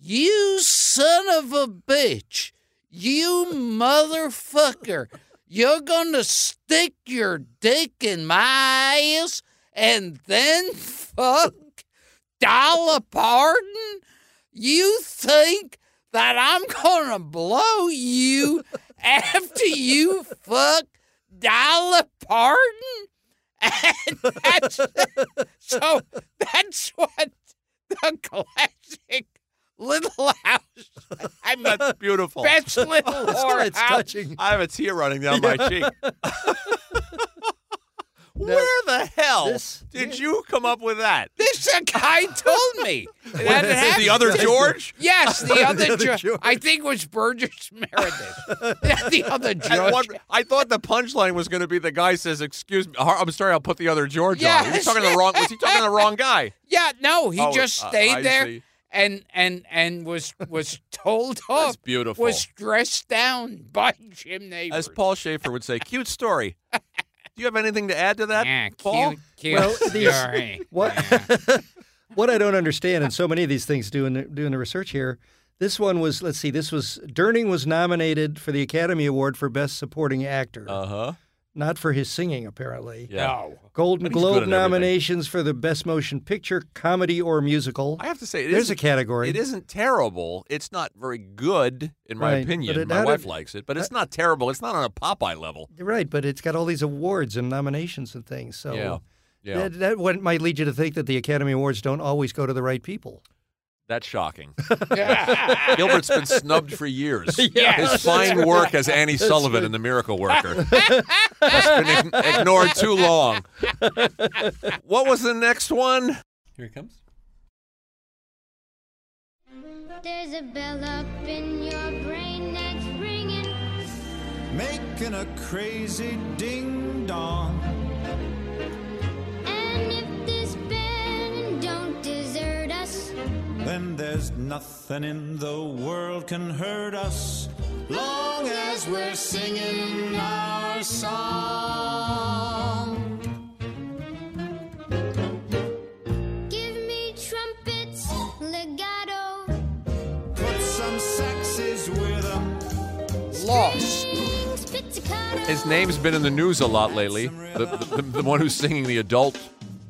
Speaker 1: you son of a bitch. You motherfucker. You're going to stick your dick in my ass and then fuck Dollar Pardon? You think that I'm going to blow you after you fuck Dollar Pardon? And that's, so that's what the classic Little House. I mean,
Speaker 2: That's beautiful.
Speaker 1: best little horror
Speaker 3: It's touching.
Speaker 2: I have a tear running down my cheek. Where the hell
Speaker 3: this-
Speaker 2: did you come up with that?
Speaker 1: This a guy told me that it
Speaker 2: Is
Speaker 1: happened.
Speaker 2: the other George?
Speaker 1: Yes, the other,
Speaker 3: other
Speaker 1: George.
Speaker 3: George.
Speaker 1: I think it was Burgess Meredith. Yeah, the other
Speaker 2: I,
Speaker 1: George.
Speaker 2: want- I thought the punchline was going to be the guy says, "Excuse me, I'm sorry, I'll put the other George on." He was
Speaker 1: Yes.
Speaker 2: talking to the wrong. Was he talking to the wrong guy?
Speaker 1: yeah, no, he
Speaker 2: Oh,
Speaker 1: just
Speaker 2: uh,
Speaker 1: stayed
Speaker 2: I
Speaker 1: there
Speaker 2: see.
Speaker 1: and and and was was told
Speaker 2: That's
Speaker 1: off.
Speaker 2: beautiful.
Speaker 1: Was dressed down by Jim Neighbors.
Speaker 2: As Paul Schaefer would say, "Cute story." Do you have anything to add to that,
Speaker 1: yeah,
Speaker 2: Paul?
Speaker 1: cute, cute
Speaker 3: Well, these-
Speaker 1: story.
Speaker 3: What
Speaker 1: Yeah.
Speaker 3: what I don't understand, and so many of these things doing the, doing the research here. This one was let's see. This was Durning was nominated for the Academy Award for Best Supporting Actor,
Speaker 2: Uh huh.
Speaker 3: not for his singing apparently.
Speaker 2: Yeah.
Speaker 1: No.
Speaker 3: Golden
Speaker 2: But he's good at
Speaker 3: Globe
Speaker 2: everything.
Speaker 3: nominations for the Best Motion Picture, Comedy, or Musical.
Speaker 2: I have to say, it
Speaker 3: There's
Speaker 2: isn't-
Speaker 3: a category.
Speaker 2: It isn't terrible. It's not very good, in my
Speaker 3: Right, but
Speaker 2: opinion.
Speaker 3: it
Speaker 2: my
Speaker 3: had a-
Speaker 2: wife likes it, but it's not terrible. It's not on a Popeye level.
Speaker 3: Right, but it's got all these awards and nominations and things. So
Speaker 2: Yeah, Yeah,
Speaker 3: That, that what might lead you to think that the Academy Awards don't always go to the right people.
Speaker 2: that's shocking.
Speaker 1: Yeah.
Speaker 2: Gilbert's been snubbed for years.
Speaker 1: Yes.
Speaker 2: His fine work as Annie Sullivan in The Miracle Worker has been ign- ignored too long. What was the next one?
Speaker 4: Here it comes.
Speaker 7: There's a bell up in your brain that's ringing.
Speaker 9: Making a crazy ding dong.
Speaker 7: And if this bell don't desert us,
Speaker 9: Then there's nothing in the world can hurt us long as we're singing our song.
Speaker 7: give me trumpets, legato,
Speaker 9: Put some sexes with them.
Speaker 1: Lost.
Speaker 7: strings, pizzicato.
Speaker 2: His name's been in the news a lot lately. The, the, the, the one who's singing the adult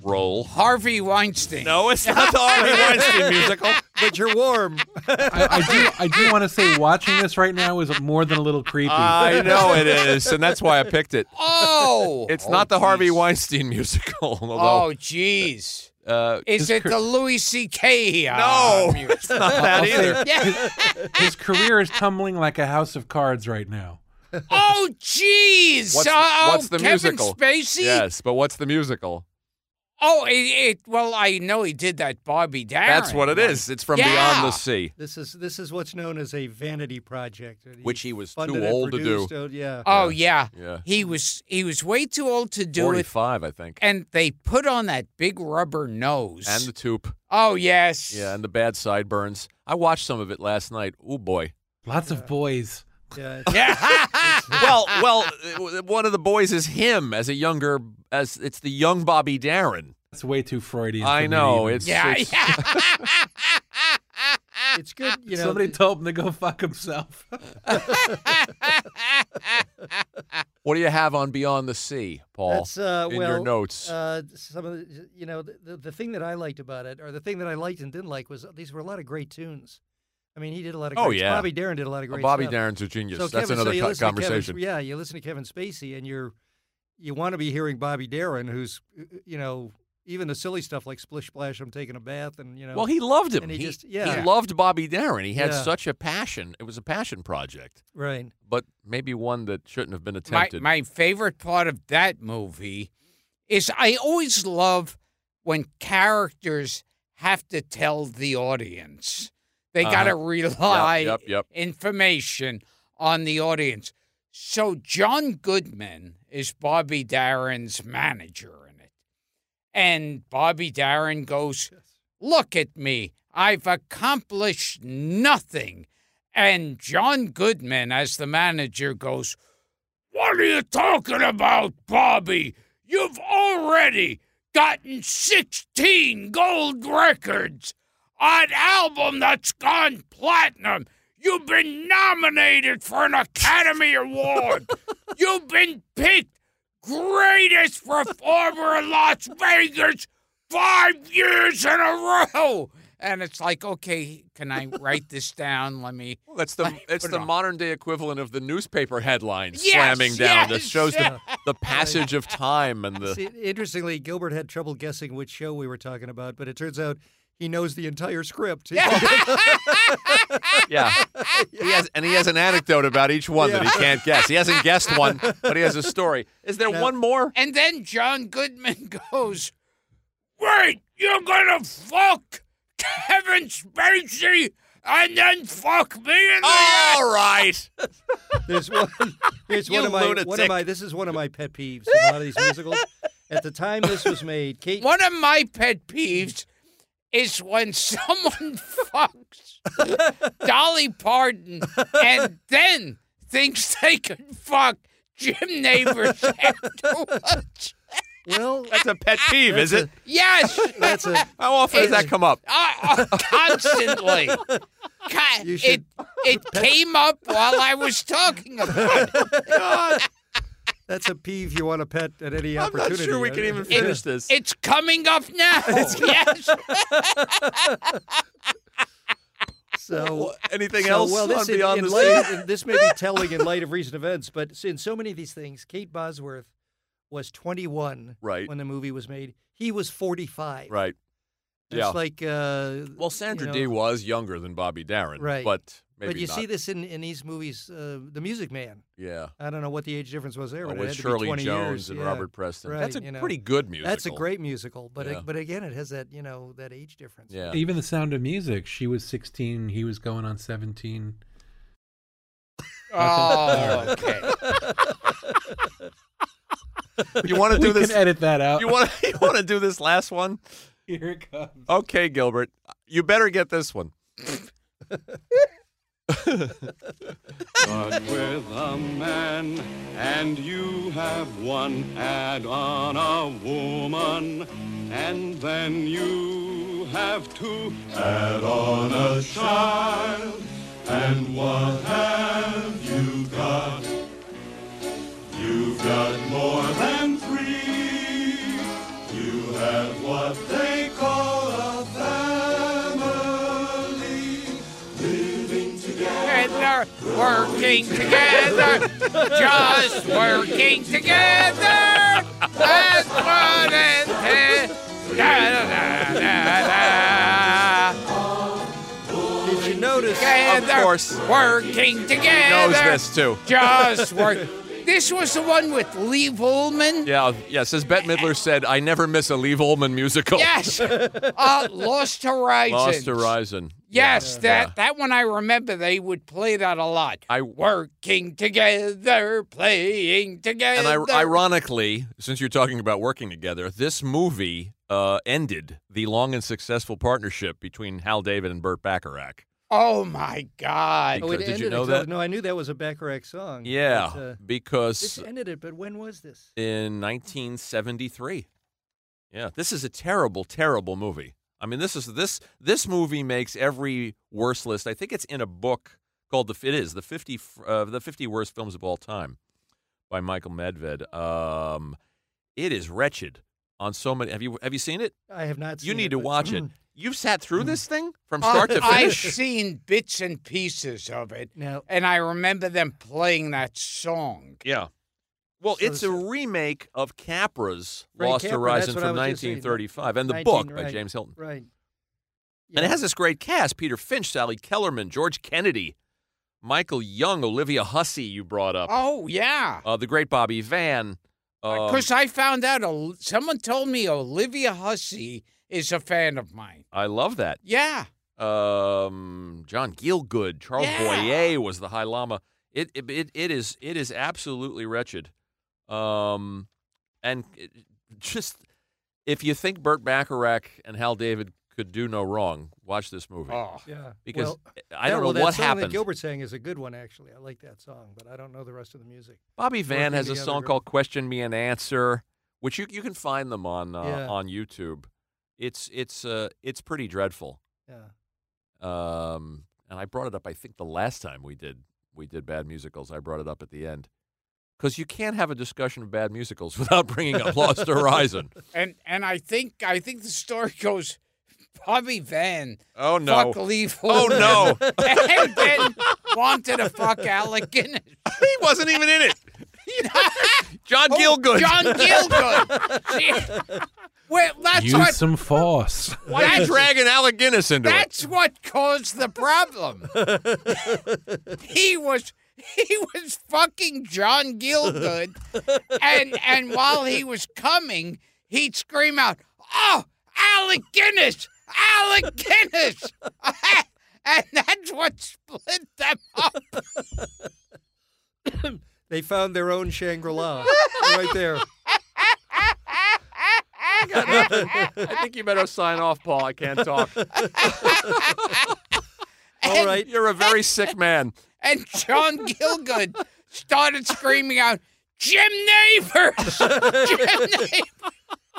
Speaker 2: role.
Speaker 1: Harvey Weinstein.
Speaker 2: No, it's not the Harvey Weinstein musical.
Speaker 3: but you're warm.
Speaker 4: I, I do. I do want to say, watching this right now is more than a little creepy.
Speaker 2: I know it is, and that's why I picked it.
Speaker 1: Oh,
Speaker 2: It's
Speaker 1: Oh,
Speaker 2: not the Harvey
Speaker 1: jeez.
Speaker 2: Weinstein musical, although
Speaker 1: Oh, jeez.
Speaker 2: uh,
Speaker 1: Is it
Speaker 4: cr-
Speaker 1: the Louis C.K. uh,
Speaker 2: No.
Speaker 1: music?
Speaker 2: it's not that
Speaker 4: I'll say
Speaker 2: either.
Speaker 1: Yeah.
Speaker 4: His career is tumbling like a house of cards right now.
Speaker 1: Oh, jeez.
Speaker 2: What's,
Speaker 1: oh,
Speaker 2: what's the
Speaker 1: Kevin
Speaker 2: musical?
Speaker 1: Spacey?
Speaker 2: Yes, but what's the musical?
Speaker 1: Oh, it, it. Well, I know he did that Bobby Darin.
Speaker 2: That's what it
Speaker 1: one.
Speaker 2: is. It's from
Speaker 1: Yeah.
Speaker 2: Beyond the Sea,
Speaker 3: This is this is what's known as a vanity project. and he
Speaker 2: which he was
Speaker 3: funded
Speaker 2: too
Speaker 3: and
Speaker 2: old to do.
Speaker 3: produced, uh, yeah.
Speaker 1: Oh yeah.
Speaker 2: Yeah.
Speaker 1: He was he was way too old to do it,
Speaker 2: Forty-five, I think,
Speaker 1: and they put on that big rubber nose.
Speaker 2: and the toop.
Speaker 1: oh yes.
Speaker 2: Yeah, and the bad sideburns. I watched some of it last night. Oh boy.
Speaker 4: Lots of boys.
Speaker 3: yeah.
Speaker 1: Yeah.
Speaker 2: well,
Speaker 1: ah.
Speaker 2: well, uh, one of the boys is him as a younger as it's the young Bobby Darin.
Speaker 4: That's way too Freudian.
Speaker 2: I
Speaker 4: for me to
Speaker 2: know,
Speaker 4: even-
Speaker 2: it's-
Speaker 1: yeah. yeah.
Speaker 3: It's good, you know.
Speaker 4: Somebody
Speaker 3: th-
Speaker 4: told him to go fuck himself.
Speaker 2: What do you have on Beyond the Sea, Paul?
Speaker 3: that's uh,
Speaker 2: in
Speaker 3: well,
Speaker 2: your notes.
Speaker 3: Uh, some of the, you know, the, the, the thing that I liked about it, or the thing that I liked and didn't like, was uh, these were a lot of great tunes. I mean, he did a lot of.
Speaker 2: Oh,
Speaker 3: great,
Speaker 2: yeah.
Speaker 3: Bobby Darin did a lot of
Speaker 2: Oh,
Speaker 3: great.
Speaker 2: Bobby
Speaker 3: stuff.
Speaker 2: Darin's a genius.
Speaker 3: So
Speaker 2: that's
Speaker 3: Kevin,
Speaker 2: another
Speaker 3: so you
Speaker 2: co-
Speaker 3: listen to Kevin-
Speaker 2: conversation.
Speaker 3: yeah, you listen to Kevin Spacey, and you're you want to be hearing Bobby Darin, who's uh, you know even the silly stuff like Splish Splash, I'm taking a bath, and you know.
Speaker 2: Well, he loved him.
Speaker 3: And he just- yeah.
Speaker 2: loved Bobby Darin. He had
Speaker 3: Yeah.
Speaker 2: such a passion. It was a passion project,
Speaker 3: right.
Speaker 2: but maybe one that shouldn't have been
Speaker 1: my,
Speaker 2: attempted.
Speaker 1: my favorite part of that movie is I always love when characters have to tell the audience. They
Speaker 2: Uh-huh.
Speaker 1: got to rely
Speaker 2: Yep, yep, yep.
Speaker 1: information on the audience. So John Goodman is Bobby Darin's manager in it. And Bobby Darin goes, Look at me. I've accomplished nothing. And John Goodman, as the manager, goes, What are you talking about, Bobby? You've already gotten 16 gold records an album that's gone platinum. You've been nominated for an Academy Award. You've been picked greatest performer in Las Vegas five years in a row. And it's like, okay, can I write this down? Let me.
Speaker 2: Well, that's the
Speaker 1: Like,
Speaker 2: it's
Speaker 1: put it
Speaker 2: the
Speaker 1: on.
Speaker 2: modern day equivalent of the newspaper headline
Speaker 1: Yes,
Speaker 2: slamming down. that
Speaker 1: yes,
Speaker 2: shows the, the passage of time and the
Speaker 3: See, interestingly, Gilbert had trouble guessing which show we were talking about, but it turns out he knows the entire script.
Speaker 2: yeah. He has, and he has an anecdote about each one that he can't guess. He hasn't guessed one, but he has a story. Is there one more?
Speaker 1: And then John Goodman goes, Wait, you're going to fuck Kevin Spacey and then fuck me in the ass?"
Speaker 2: All right.
Speaker 3: There's one. Here's
Speaker 2: You
Speaker 3: one of my. One
Speaker 2: lunatic.
Speaker 3: of my. This is one of my pet peeves. In a lot of these musicals. At the time this was made, Kate.
Speaker 1: One of my pet peeves is when someone fucks Dolly Parton and then thinks they can fuck Jim Neighbors afterwards.
Speaker 3: Well,
Speaker 2: That's a pet peeve, is it?
Speaker 1: Yes,
Speaker 3: that's a.
Speaker 2: How often does that
Speaker 3: It's-
Speaker 2: come up?
Speaker 1: I- I- constantly. Ca-
Speaker 3: You should-
Speaker 1: It it came up while I was talking about it.
Speaker 3: That's a peeve you want to pet at any
Speaker 2: I'm not
Speaker 3: opportunity.
Speaker 2: sure we can
Speaker 3: Uh,
Speaker 2: even
Speaker 3: yeah.
Speaker 2: finish this.
Speaker 1: It's coming up now. Yes.
Speaker 3: So.
Speaker 2: Anything
Speaker 3: so,
Speaker 2: else
Speaker 3: well, this,
Speaker 2: on
Speaker 3: in-
Speaker 2: Beyond
Speaker 3: in
Speaker 2: the
Speaker 3: light-
Speaker 2: Sea?
Speaker 3: in- this may be telling in light of recent events, but see, in so many of these things, Kate Bosworth was 21
Speaker 2: Right.
Speaker 3: when the movie was made. He was 45.
Speaker 2: Right.
Speaker 3: Just
Speaker 2: yeah.
Speaker 3: like uh,
Speaker 2: well, Sandra
Speaker 3: you
Speaker 2: Dee
Speaker 3: know,
Speaker 2: was younger than Bobby Darin,
Speaker 3: Right.
Speaker 2: but maybe
Speaker 3: But you
Speaker 2: not.
Speaker 3: see this in, in these movies, uh, The Music Man.
Speaker 2: yeah.
Speaker 3: I don't know what the age difference was there,
Speaker 2: Or
Speaker 3: but it
Speaker 2: Oh, with
Speaker 3: had to be
Speaker 2: Shirley
Speaker 3: 20
Speaker 2: Jones
Speaker 3: years.
Speaker 2: and
Speaker 3: yeah.
Speaker 2: Robert Preston.
Speaker 3: Right,
Speaker 2: That's a
Speaker 3: you know.
Speaker 2: pretty good musical.
Speaker 3: That's a great musical, but
Speaker 2: Yeah.
Speaker 3: it, but again, it has that you know that age difference.
Speaker 2: Yeah.
Speaker 4: Even the Sound of Music. She was 16. He was going on 17.
Speaker 1: Oh, okay.
Speaker 2: You want to do
Speaker 4: we
Speaker 2: this?
Speaker 4: can edit that out.
Speaker 2: You want you want to do this last one?
Speaker 4: Here it comes.
Speaker 2: Okay, Gilbert, you better get this one.
Speaker 9: But with a man, and you have one, add on a woman, and then you have two, add on a child, and what have you got? You've got more than three. You have what they call a family.
Speaker 1: together, working together, just working together. That's what it is. Da, da, da, da, da.
Speaker 3: Did you notice?
Speaker 1: Together,
Speaker 2: course.
Speaker 1: working together.
Speaker 2: knows this too.
Speaker 1: Just work. This was the one with Lee Volman.
Speaker 2: Yeah, yes. As Bette Midler said, I never miss a Lee Ullman musical.
Speaker 1: Yes. Uh, Lost Horizon.
Speaker 2: Lost Horizon.
Speaker 1: Yes, that
Speaker 2: Yeah.
Speaker 1: that one I remember. They would play that a lot.
Speaker 2: I-
Speaker 1: working together, playing
Speaker 2: And
Speaker 1: together.
Speaker 2: I, ironically, since you're talking about working together, this movie uh, ended the long and successful partnership between Hal David and Burt Bacharach.
Speaker 1: oh my God!
Speaker 2: Because- Oh, did you
Speaker 3: ended
Speaker 2: know
Speaker 3: Oh, it-
Speaker 2: that?
Speaker 3: No, I knew that was a Bacharach song.
Speaker 2: Yeah,
Speaker 3: but, uh,
Speaker 2: because
Speaker 3: this ended it, but when was this?
Speaker 2: in 1973. Yeah, this is a terrible, terrible movie. I mean, this is this this movie makes every worst list. I think it's in a book called the it is the 50 f- uh, the 50 worst films of all time by Michael Medved. Um, it is wretched on so many. Have you have you seen it?
Speaker 3: I have not seen
Speaker 2: You
Speaker 3: it,
Speaker 2: need to
Speaker 3: but- mm. Oh,
Speaker 2: watch it. You've sat through this thing from
Speaker 1: Uh,
Speaker 2: start to
Speaker 1: I've
Speaker 2: finish.
Speaker 1: seen bits and pieces of it,
Speaker 3: Now,
Speaker 1: and I remember them playing that song.
Speaker 2: Yeah. Well,
Speaker 3: So
Speaker 2: it's a
Speaker 3: s-
Speaker 2: remake of Capra's
Speaker 3: Frank
Speaker 2: Lost
Speaker 3: Capra,
Speaker 2: Horizon
Speaker 3: that's what I
Speaker 2: from
Speaker 3: was just saying,
Speaker 2: 1935 and the
Speaker 3: 19,
Speaker 2: book by
Speaker 3: right.
Speaker 2: James Hilton.
Speaker 3: right.
Speaker 2: And
Speaker 3: Yeah.
Speaker 2: it has this great cast Peter Finch, Sally Kellerman, George Kennedy, Michael Young, Olivia Hussey, you brought up,
Speaker 1: Oh yeah,
Speaker 2: uh, the great Bobby Van. um,
Speaker 1: because I found out Ol- someone told me Olivia Hussey is a fan of mine.
Speaker 2: I love that.
Speaker 1: Yeah,
Speaker 2: Um, John Gielgud, Charles
Speaker 1: Yeah.
Speaker 2: Boyer was the High Lama. It, it it it is it is absolutely wretched. Um, and it, just if you think Burt Bacharach and Hal David could do no wrong, watch this movie
Speaker 1: oh,
Speaker 3: Yeah.
Speaker 2: because
Speaker 3: well,
Speaker 2: I
Speaker 3: that-
Speaker 2: don't know
Speaker 3: well, that
Speaker 2: what
Speaker 3: song
Speaker 2: happened.
Speaker 3: That Gilbert sang is a good one, actually. I like that song, but I don't know the rest of the music.
Speaker 2: Bobby Van
Speaker 3: Working
Speaker 2: has a
Speaker 3: together,
Speaker 2: song
Speaker 3: girl.
Speaker 2: called "Question Me and Answer," which you you can find them on uh,
Speaker 3: Yeah.
Speaker 2: on YouTube. It's it's uh it's pretty dreadful.
Speaker 3: Yeah.
Speaker 2: Um, and I brought it up. I think the last time we did we did bad musicals, I brought it up at the end because you can't have a discussion of bad musicals without bringing up Lost Horizon.
Speaker 1: and and I think I think the story goes, Bobby Van.
Speaker 2: Oh
Speaker 1: fuck Lee
Speaker 2: Oh, no.
Speaker 1: and then wanted to fuck Alec Guinness.
Speaker 2: he wasn't even in it. John
Speaker 3: Oh,
Speaker 2: Gielgud.
Speaker 1: Oh, John Gielgud. Shit. well, that's
Speaker 4: Use
Speaker 1: what
Speaker 4: some force.
Speaker 2: Why are you
Speaker 1: that's-
Speaker 2: dragging Alec Guinness into it?
Speaker 1: that's what caused the problem. he was he was fucking John Gielgud, and and while he was coming, he'd scream out, "Oh, Alec Guinness! Alec Guinness!" and that's what split them up.
Speaker 3: They found their own Shangri La right there.
Speaker 2: I think you better sign off, Paul. I can't talk.
Speaker 3: All right.
Speaker 2: You're a very sick man.
Speaker 1: and John Gilgood started screaming out, Jim Neighbors! Jim Neighbors!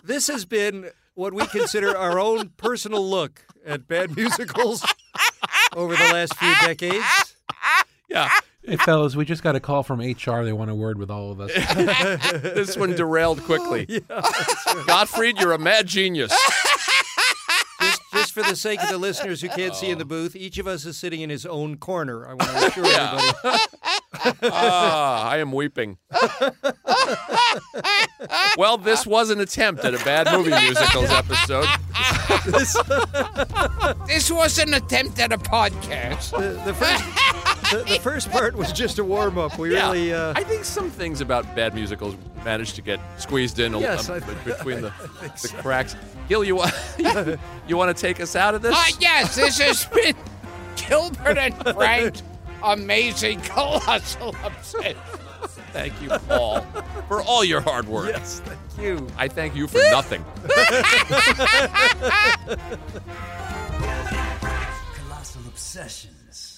Speaker 3: This has been what we consider our own personal look at bad musicals over the last few decades.
Speaker 2: Yeah.
Speaker 4: hey, fellas, we just got a call from HR. They want a word with all of us.
Speaker 2: This one derailed quickly. Gottfried, you're a mad genius.
Speaker 3: Just, just for the sake of the listeners who can't see in
Speaker 2: Oh.
Speaker 3: the booth, each of us is sitting in his own corner. I want to assure everybody.
Speaker 2: Ah, I am weeping. well, this was an attempt at a bad movie musicals episode.
Speaker 1: This was an attempt at a podcast.
Speaker 3: The, the, first, the, the first part was just a warm up. We
Speaker 2: Yeah.
Speaker 3: really. Uh,
Speaker 2: I think some things about bad musicals managed to get squeezed in a,
Speaker 3: Yes, I-
Speaker 2: b- between the, the cracks. Gil, you, wa- you, you want to take us out of this?
Speaker 3: Uh,
Speaker 1: Ah, yes, this has been Gilbert and Frank's amazing colossal obsession.
Speaker 2: Thank you, Paul, for all your hard work.
Speaker 3: yes, thank you.
Speaker 2: I thank you for nothing.
Speaker 8: Colossal Obsessions.